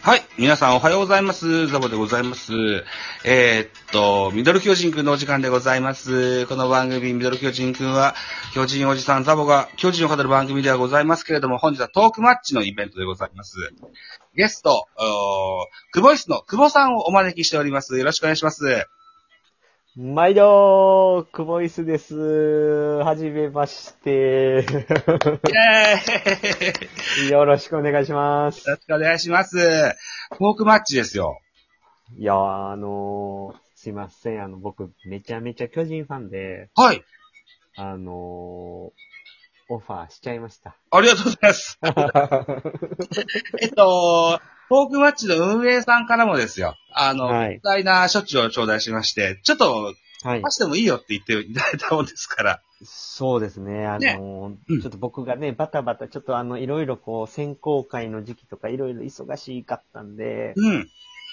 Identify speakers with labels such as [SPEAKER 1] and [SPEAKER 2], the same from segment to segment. [SPEAKER 1] はい。皆さんおはようございます。ザボでございます。えーっと、ミドル巨人くんのお時間でございます。この番組、ミドル巨人くんは、巨人おじさんザボが巨人を語る番組ではございますけれども、本日はトークマッチのイベントでございます。ゲスト、おー久保イスの久保さんをお招きしております。よろしくお願いします。
[SPEAKER 2] 毎度、クボイスです。はじめまして。
[SPEAKER 1] イ エーイ
[SPEAKER 2] よろしくお願いします
[SPEAKER 1] よ。ろしくお願いします。トークマッチですよ。
[SPEAKER 2] いやー、あのー、すいません。あの、僕、めちゃめちゃ巨人ファンで、
[SPEAKER 1] はい。
[SPEAKER 2] あのー、オファーしちゃいま した。
[SPEAKER 1] ありがとうございます。えっと、トークマッチの運営さんからもですよ。あの、
[SPEAKER 2] はい
[SPEAKER 1] 莫大な処置を頂戴しまして、ちょっと、
[SPEAKER 2] はい
[SPEAKER 1] 貸。してもいいよって言っていただいたもんですから。
[SPEAKER 2] そうですね。あのー
[SPEAKER 1] うん
[SPEAKER 2] ちょっと僕がね、バタバタ、ちょっとあの、いろいろこう、選考会の時期とか、いろいろ忙しかったんで、
[SPEAKER 1] うん。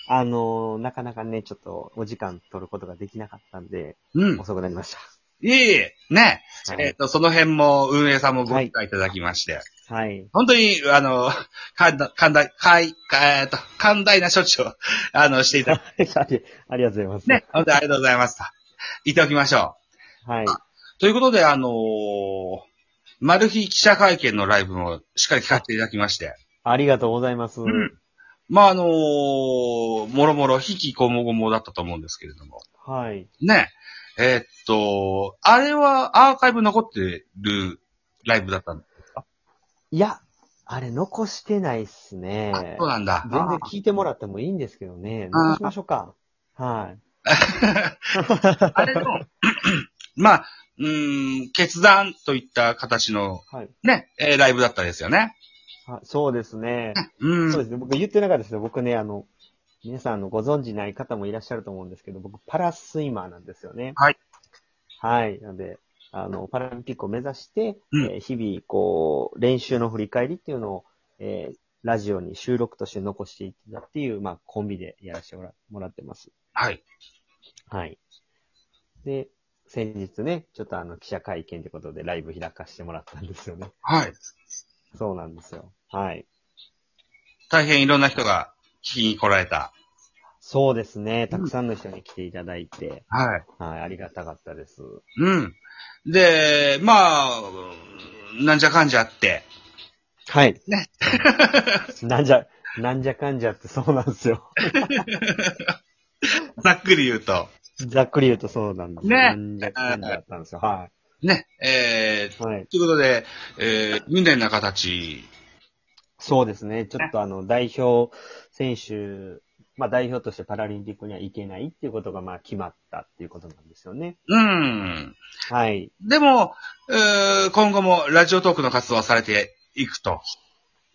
[SPEAKER 2] あのーなかなかね、ちょっとお時間取ることができなかったんで、
[SPEAKER 1] うん。
[SPEAKER 2] 遅くなりました。
[SPEAKER 1] いえいえ、ね。
[SPEAKER 2] はい
[SPEAKER 1] えっと、その辺も運営さんもご理解いただきまして。
[SPEAKER 2] はい。
[SPEAKER 1] 本当に、あの、寛大、寛大、はい、えっと、寛大な処置を、 あの、していただい
[SPEAKER 2] ありありがとうございます。
[SPEAKER 1] て、ね。本当にありがとうございますと。言っておきましょう。
[SPEAKER 2] はい。
[SPEAKER 1] ということで、あのーマル秘記者会見のライブもしっかり聞かせていただきまして。
[SPEAKER 2] ありがとうございます。
[SPEAKER 1] うんまあ、あのーもろもろ、引きこもごもだったと思うんですけれども。
[SPEAKER 2] はい。
[SPEAKER 1] ね。えーっと、あれはアーカイブ残ってるライブだったの。
[SPEAKER 2] いや、あれ残してないっす
[SPEAKER 1] あ
[SPEAKER 2] ね
[SPEAKER 1] そう。なんだ。
[SPEAKER 2] 全然聞いてもらってもいいんですけどね。
[SPEAKER 1] あー
[SPEAKER 2] 残しましょうか。はい。
[SPEAKER 1] あー あれの、 まあ、うーん、決断といった形の
[SPEAKER 2] はい。
[SPEAKER 1] ね、えーライブだったですよね。
[SPEAKER 2] あそうですね。
[SPEAKER 1] うん。
[SPEAKER 2] そうですね。僕言ってなかったですけど、僕ね、あの、皆さん、あの、ご存知ない方もいらっしゃると思うんですけど、僕、パラスイマーなんですよね。
[SPEAKER 1] はい。
[SPEAKER 2] はい。なんで、あの、パラリンピックを目指して、
[SPEAKER 1] うん
[SPEAKER 2] えー日々、こう、練習の振り返りっていうのを、えーラジオに収録として残していったっていう、まあ、コンビでやらせてもらもらってます。
[SPEAKER 1] はい。
[SPEAKER 2] はい。で、先日ね、ちょっとあの、記者会見ということでライブ開かしてもらったんですよね。
[SPEAKER 1] はい。
[SPEAKER 2] そうなんですよ。はい。
[SPEAKER 1] 大変いろんな人が聞きに来られた。
[SPEAKER 2] そうですね。たくさんの人に来ていただいて、
[SPEAKER 1] はい。
[SPEAKER 2] はい、ありがたかったです。
[SPEAKER 1] うん。で、まあ、なんじゃかんじゃあって。
[SPEAKER 2] はい。
[SPEAKER 1] ね
[SPEAKER 2] なんじゃ、なんじゃかんじゃってそうなんです よ。
[SPEAKER 1] ざっくり言うと。
[SPEAKER 2] ざっくり言うとそうなんですよ
[SPEAKER 1] ね
[SPEAKER 2] なんじゃかんじゃだったんですよ。は
[SPEAKER 1] ね。えー、
[SPEAKER 2] い。はい。
[SPEAKER 1] ということで、えー、無念な形。
[SPEAKER 2] そうですね。ちょっとあの、代表選手、まあ代表としてパラリンピックには行けないっていうことがまあ決まったっていうことなんですよね。
[SPEAKER 1] うん。
[SPEAKER 2] はい。
[SPEAKER 1] でも、えー今後もラジオトークの活動はされていくと。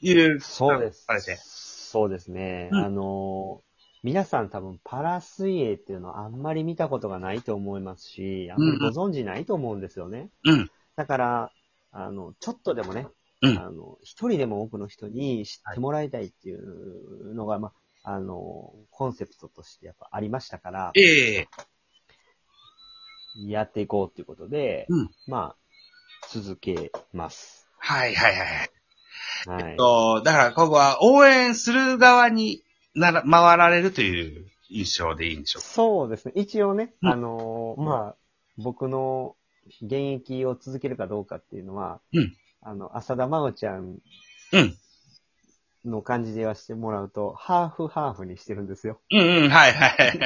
[SPEAKER 1] いう。
[SPEAKER 2] そうです
[SPEAKER 1] されて。。
[SPEAKER 2] そうですね。
[SPEAKER 1] うん
[SPEAKER 2] あの、皆さん多分パラ水泳っていうのはあんまり見たことがないと思いますし、あんまりご存知ないと思うんですよね。
[SPEAKER 1] うん。
[SPEAKER 2] だから、あの、ちょっとでもね、
[SPEAKER 1] うん
[SPEAKER 2] あの、一人でも多くの人に知ってもらいたいっていうのが、まあ、あの、コンセプトとしてやっぱありましたから、
[SPEAKER 1] ええ
[SPEAKER 2] やっていこうっていうことで、
[SPEAKER 1] うん
[SPEAKER 2] まあ、続けます。
[SPEAKER 1] はいはいはい。
[SPEAKER 2] はい。
[SPEAKER 1] と、だから今後は応援する側になら、回られるという印象でいいんでしょうか。
[SPEAKER 2] そうですね。一応ね、
[SPEAKER 1] うん
[SPEAKER 2] あのーまあ、僕の現役を続けるかどうかっていうのは、
[SPEAKER 1] うん
[SPEAKER 2] あの、浅田真央ちゃん
[SPEAKER 1] うん。
[SPEAKER 2] の感じではしてもらうと、ハーフハーフにしてるんですよ。
[SPEAKER 1] うんうん、はいはい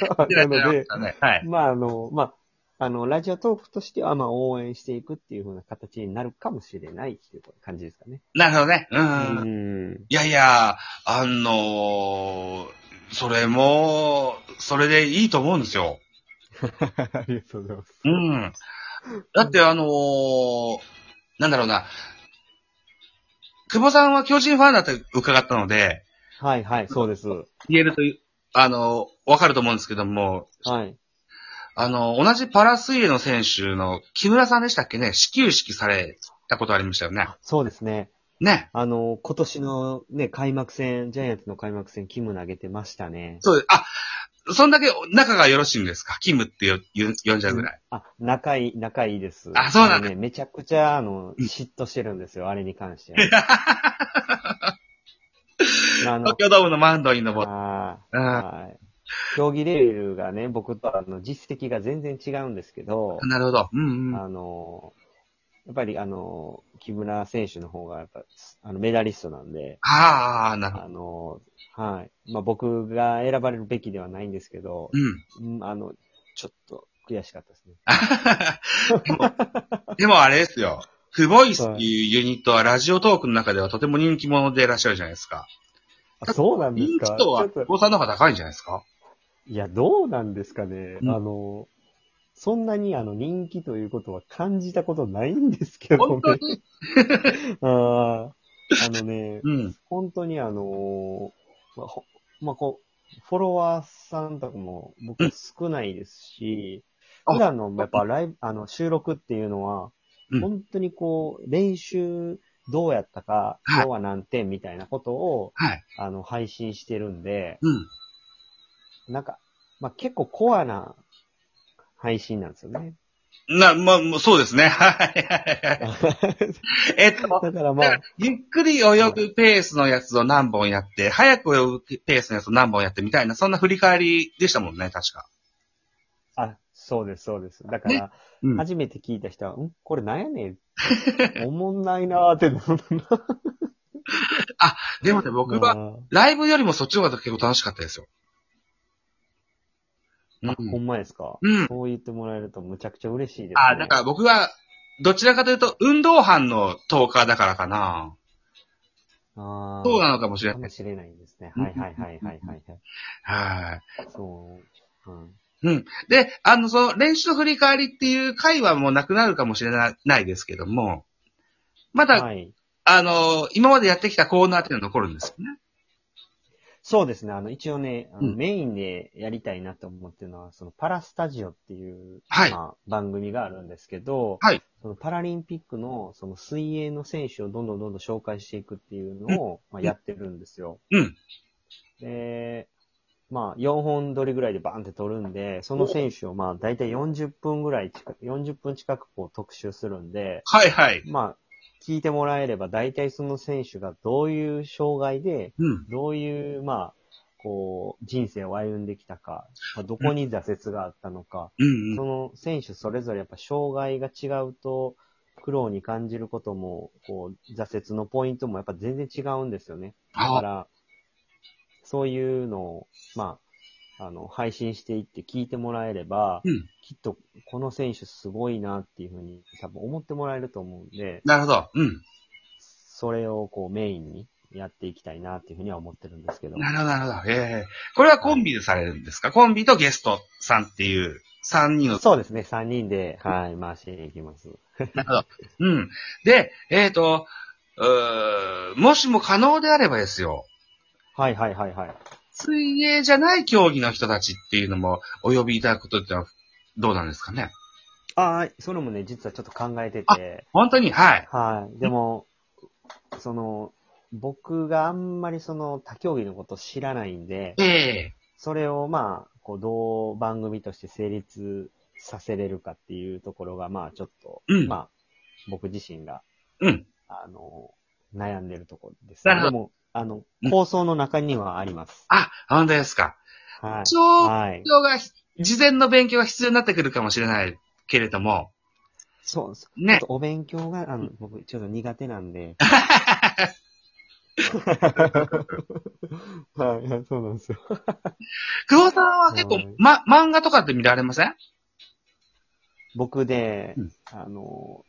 [SPEAKER 1] はい。
[SPEAKER 2] なので、
[SPEAKER 1] はい。
[SPEAKER 2] まあ、あの、まあ、あの、ラジオトークとしては、まあ、応援していくっていうふうな形になるかもしれないっていう感じですかね。
[SPEAKER 1] なるほどね。う。
[SPEAKER 2] うん ん。
[SPEAKER 1] いやいや、あのーそれも、それでいいと思うんですよ。
[SPEAKER 2] ありがとうございます。
[SPEAKER 1] うん。だってあのーなんだろうな。久保さんは巨人ファンだって伺ったので、
[SPEAKER 2] はいはい、そうです。
[SPEAKER 1] 言えるという、あのーわかると思うんですけども、
[SPEAKER 2] はい。
[SPEAKER 1] あのー同じパラ水泳の選手の木村さんでしたっけね、始球式されたことありましたよね。
[SPEAKER 2] そうですね。
[SPEAKER 1] ね。
[SPEAKER 2] あの、今年のね、開幕戦、ジャイアンツの開幕戦、キム投げてましたね。
[SPEAKER 1] そうです。あ、そんだけ仲がよろしいんですかキムってよよ呼んじゃうぐらい。
[SPEAKER 2] あ、仲いい、仲いいです。
[SPEAKER 1] あそうなんだ
[SPEAKER 2] あのね、めちゃくちゃ、あの、
[SPEAKER 1] ん
[SPEAKER 2] 嫉妬してるんですよ、あれに関して。あの
[SPEAKER 1] 東、京ドームのマウンドに登っ
[SPEAKER 2] あ
[SPEAKER 1] た。う
[SPEAKER 2] ー
[SPEAKER 1] ん
[SPEAKER 2] はい。競技レベルがね、僕とあの実績が全然違うんですけど、
[SPEAKER 1] なるほど。うんうん。
[SPEAKER 2] あの、やっぱりあの、木村選手の方がやっぱあのメダリストなんで、
[SPEAKER 1] ああ、なるほど。
[SPEAKER 2] あの、はい。まあ僕が選ばれるべきではないんですけど、
[SPEAKER 1] うん。
[SPEAKER 2] うん、あの、ちょっと悔しかったですね。
[SPEAKER 1] でもあれですよ。フボイスっていうユニットはラジオトークの中ではとても人気者でいらっしゃるじゃないですか。
[SPEAKER 2] あそうなんで
[SPEAKER 1] 人気
[SPEAKER 2] すか
[SPEAKER 1] とは、
[SPEAKER 2] ちょっ
[SPEAKER 1] 誤差の方が高いんじゃないですか
[SPEAKER 2] いや、どうなんですかね。
[SPEAKER 1] うん
[SPEAKER 2] あの、そんなにあの人気ということは感じたことないんですけど
[SPEAKER 1] 本
[SPEAKER 2] ね。
[SPEAKER 1] 当に
[SPEAKER 2] あーあのね、
[SPEAKER 1] うん。
[SPEAKER 2] 本当にあのまあ、ほまあ、こう、フォロワーさんとかも僕少ないですし、
[SPEAKER 1] うんあ
[SPEAKER 2] 普段のやっぱライブ、あの、収録っていうのは
[SPEAKER 1] うん、
[SPEAKER 2] 本当にこう、練習どうやったか、
[SPEAKER 1] はい
[SPEAKER 2] 今日は何点みたいなことを、
[SPEAKER 1] はい。
[SPEAKER 2] あの、配信してるんで、
[SPEAKER 1] うん。
[SPEAKER 2] なんか、まあ、結構コアな配信なんですよ ね。
[SPEAKER 1] な、まあ、もうそうですね。はいはいはい。えっと、
[SPEAKER 2] だからまあ、
[SPEAKER 1] ゆっくり泳ぐペースのやつを何本やって、早く泳ぐペースのやつを何本やってみたいな、そんな振り返りでしたもんね、確か。
[SPEAKER 2] あ、そうです、そうです。だから、
[SPEAKER 1] うん。
[SPEAKER 2] 初めて聞いた人は、んこれなん やねん。おもんないなーってなるな。
[SPEAKER 1] でもね、僕は、
[SPEAKER 2] は、
[SPEAKER 1] ライブよりもそっちの方が結構楽しかったですよ。う
[SPEAKER 2] あ、ほ
[SPEAKER 1] ん。
[SPEAKER 2] んまですか、
[SPEAKER 1] うん。
[SPEAKER 2] そう言ってもらえるとむちゃくちゃ嬉しいです、ね。
[SPEAKER 1] あ、だから僕は、どちらかというと、運動班のトーカーだからかな。
[SPEAKER 2] あー
[SPEAKER 1] そうなのかもしれ
[SPEAKER 2] か
[SPEAKER 1] な
[SPEAKER 2] も
[SPEAKER 1] い。
[SPEAKER 2] しれないですね。
[SPEAKER 1] うん
[SPEAKER 2] はいはいはいはいはい。はい
[SPEAKER 1] はい。
[SPEAKER 2] そう。うん、
[SPEAKER 1] で、あの、その練習の振り返りっていう回はもうなくなるかもしれなないですけども、まだ、
[SPEAKER 2] はい。
[SPEAKER 1] あの、今までやってきたコーナーっていうのは残るんですよね。
[SPEAKER 2] そうですね。あの、一応ね、あの
[SPEAKER 1] うん
[SPEAKER 2] メインでやりたいなと思ってるのは、そのパラスタジオっていう、
[SPEAKER 1] はい
[SPEAKER 2] まあ、番組があるんですけど、
[SPEAKER 1] はい
[SPEAKER 2] そのパラリンピックのその水泳の選手をどんどんどんどん紹介していくっていうのを、まあ、やってるんですよ。
[SPEAKER 1] うん。
[SPEAKER 2] で、まあ、4本撮りぐらいでバンって撮るんで、その選手をまあ、だいたい40分ぐらい近く、40分近くこう特集するんで、
[SPEAKER 1] はいはい。
[SPEAKER 2] まあ、聞いてもらえれば、だいたいその選手がどういう障害で、
[SPEAKER 1] うん。
[SPEAKER 2] どういう、まあ、こう、人生を歩んできたか、まあ、どこに挫折があったのか、
[SPEAKER 1] うん、う
[SPEAKER 2] そ
[SPEAKER 1] ん。
[SPEAKER 2] の選手それぞれやっぱ障害が違うと、苦労に感じることも、こう、挫折のポイントもやっぱ全然違うんですよね。だか
[SPEAKER 1] あ
[SPEAKER 2] ら、そういうのを、まあ、あの、配信していって聞いてもらえれば、
[SPEAKER 1] うん
[SPEAKER 2] きっとこの選手すごいなっていうふうに多分思ってもらえると思うんで、
[SPEAKER 1] なるほど。うん。
[SPEAKER 2] それをこうメインにやっていきたいなっていうふうには思ってるんですけど。
[SPEAKER 1] なるほど、なるほど。ええこれはコンビでされるんですか、コンビとゲストさんっていう、3人の。
[SPEAKER 2] そうですね、3人で、はい、回していきます。
[SPEAKER 1] なるほど。うん。で、えっ、と、うーもしも可能であればですよ。
[SPEAKER 2] はいはいはいはい。
[SPEAKER 1] 水泳じゃない競技の人たちっていうのもお呼びいただくことってのはどうなんですかね
[SPEAKER 2] ああ、それもね、実はちょっと考えて
[SPEAKER 1] あ
[SPEAKER 2] て、
[SPEAKER 1] 本当にはい。
[SPEAKER 2] はい。でも、その、僕があんまりその他競技のこと知らないんで、
[SPEAKER 1] ええ
[SPEAKER 2] それをまあ、こう、どう番組として成立させれるかっていうところが、まあ、ちょっと、
[SPEAKER 1] うん
[SPEAKER 2] まあ、僕自身が、
[SPEAKER 1] うん
[SPEAKER 2] あの、悩んでるところです、
[SPEAKER 1] なる
[SPEAKER 2] で
[SPEAKER 1] ほ
[SPEAKER 2] も、あの
[SPEAKER 1] うん、
[SPEAKER 2] 構想の中にはあります。
[SPEAKER 1] あ、本当ですか。
[SPEAKER 2] はい。
[SPEAKER 1] ちょっ
[SPEAKER 2] はい。
[SPEAKER 1] とが、事前の勉強が必要になってくるかもしれないけれども。
[SPEAKER 2] そうです。
[SPEAKER 1] ね
[SPEAKER 2] ちょっとお勉強が、あの、僕、ちょっと苦手な んで。はい、いやそうなんですよ。
[SPEAKER 1] 久保さんは結構
[SPEAKER 2] はい、
[SPEAKER 1] ま、漫画とかって見られません
[SPEAKER 2] 僕で、
[SPEAKER 1] うん
[SPEAKER 2] あの、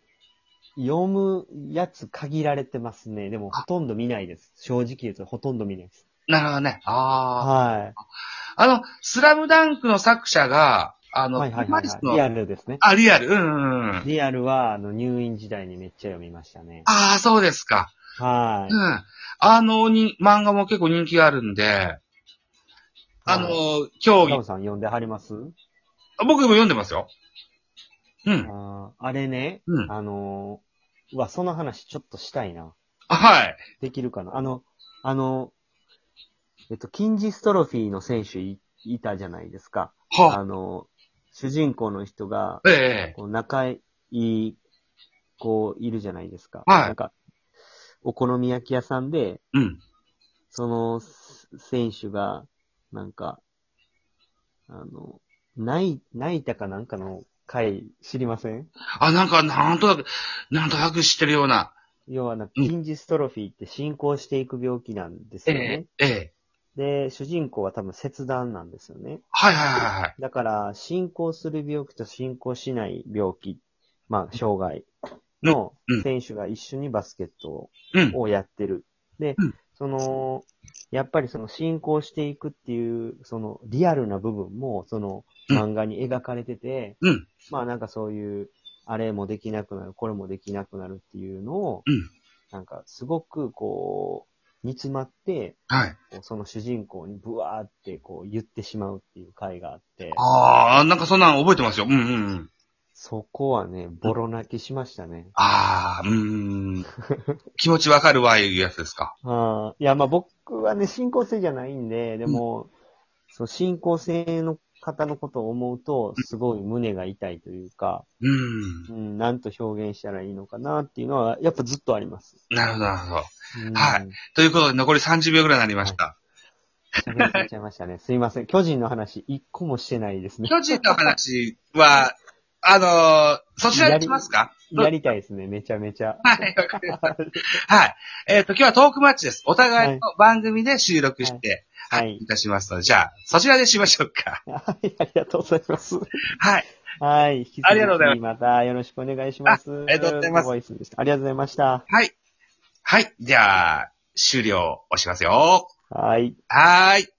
[SPEAKER 2] 読むやつ限られてますね。でも、
[SPEAKER 1] あ
[SPEAKER 2] ほとんど見ないです。正直言うと、ほとんど見ないです。
[SPEAKER 1] なるほどね。あ
[SPEAKER 2] は
[SPEAKER 1] あ。あの、スラムダンクの作者が、あ
[SPEAKER 2] い。
[SPEAKER 1] の、
[SPEAKER 2] はいはい
[SPEAKER 1] マ
[SPEAKER 2] はい、
[SPEAKER 1] リス
[SPEAKER 2] はい。リ
[SPEAKER 1] の、
[SPEAKER 2] アルですね。
[SPEAKER 1] あ、リアル。うんうんうん。
[SPEAKER 2] リアルは、あの、入院時代にめっちゃ読みましたね。
[SPEAKER 1] ああ、そうですか。
[SPEAKER 2] は
[SPEAKER 1] う
[SPEAKER 2] い。
[SPEAKER 1] ん。あのに、漫画も結構人気があるんで、あの、競
[SPEAKER 2] ガ
[SPEAKER 1] 技
[SPEAKER 2] ム、さん読んではります
[SPEAKER 1] 僕も読んでますよ。うん。
[SPEAKER 2] あーあれね、
[SPEAKER 1] うん。
[SPEAKER 2] あのー、うわ、その話ちょっとしたいな。
[SPEAKER 1] あはい。
[SPEAKER 2] できるかなあの、あの、えっと、筋ジストロフィーの選手いいたじゃないですか。
[SPEAKER 1] は
[SPEAKER 2] あの、主人公の人が、
[SPEAKER 1] ええ
[SPEAKER 2] こう仲いい子いるじゃないですか。
[SPEAKER 1] はい
[SPEAKER 2] なんか、お好み焼き屋さんで、
[SPEAKER 1] うん。
[SPEAKER 2] そのす選手が、なんか、あの、ない、泣いたかなんかの回知りません
[SPEAKER 1] あ、なんか、なんとなく、なんとなく知ってるような。
[SPEAKER 2] 要はな、
[SPEAKER 1] うん
[SPEAKER 2] 筋ジストロフィーって進行していく病気なんです
[SPEAKER 1] え
[SPEAKER 2] よね。
[SPEAKER 1] え、ええ。
[SPEAKER 2] で、主人公は多分切断なんですよね。
[SPEAKER 1] はいはいはいはい。
[SPEAKER 2] だから、進行する病気と進行しない病気、まあ、障害の
[SPEAKER 1] うん
[SPEAKER 2] 選手が一緒にバスケットを
[SPEAKER 1] うん。
[SPEAKER 2] をやってる。で
[SPEAKER 1] うん、
[SPEAKER 2] その、やっぱりその進行していくっていう、そのリアルな部分も、その
[SPEAKER 1] うん
[SPEAKER 2] 漫画に描かれてて、
[SPEAKER 1] うん
[SPEAKER 2] まあなんかそういう、あれもできなくなる、これもできなくなるっていうのを、
[SPEAKER 1] うん
[SPEAKER 2] なんかすごくこう、煮詰まって、
[SPEAKER 1] はい。
[SPEAKER 2] こうその主人公にブワーってこう言ってしまうっていう回があって、
[SPEAKER 1] ああ、なんかそんなの覚えてますよ。うんうんうん。
[SPEAKER 2] そこはね、ボロ泣きしましたね。
[SPEAKER 1] ああ、う ーん。気持ちわかるわ、いうやつですか。
[SPEAKER 2] ああ、いや、まあ僕はね、進行性じゃないんで、でも、そう、進行性の方のことを思うと、すごい胸が痛いというか、
[SPEAKER 1] うーん。
[SPEAKER 2] うん、なんと表現したらいいのかなっていうのは、やっぱずっとあります。
[SPEAKER 1] なるほど、なるほど。
[SPEAKER 2] うん
[SPEAKER 1] はい。ということで、残り30秒ぐらいになりました。
[SPEAKER 2] 喋りすぎちゃいましたね。 すいません。巨人の話、一個もしてないですね。
[SPEAKER 1] 巨人の話は、あのーそちらにしますか
[SPEAKER 2] やりたいですね、めちゃめちゃ。
[SPEAKER 1] はい、わかりました。はい。えっ、と、今日はトークマッチです。お互いの番組で収録して、
[SPEAKER 2] は
[SPEAKER 1] はいい、
[SPEAKER 2] はい
[SPEAKER 1] い、たしますので、じゃあ、そちらでしましょうか。
[SPEAKER 2] はい、 ありがとうございます。
[SPEAKER 1] はい。
[SPEAKER 2] はい、引き
[SPEAKER 1] あ
[SPEAKER 2] 続
[SPEAKER 1] りがとうござい
[SPEAKER 2] きまたよろしくお願いします。
[SPEAKER 1] ありがとうございます
[SPEAKER 2] ボイスでしたありがとうございました。
[SPEAKER 1] はい。はい。じゃあ、終了をしますよ。
[SPEAKER 2] はい。
[SPEAKER 1] はーい。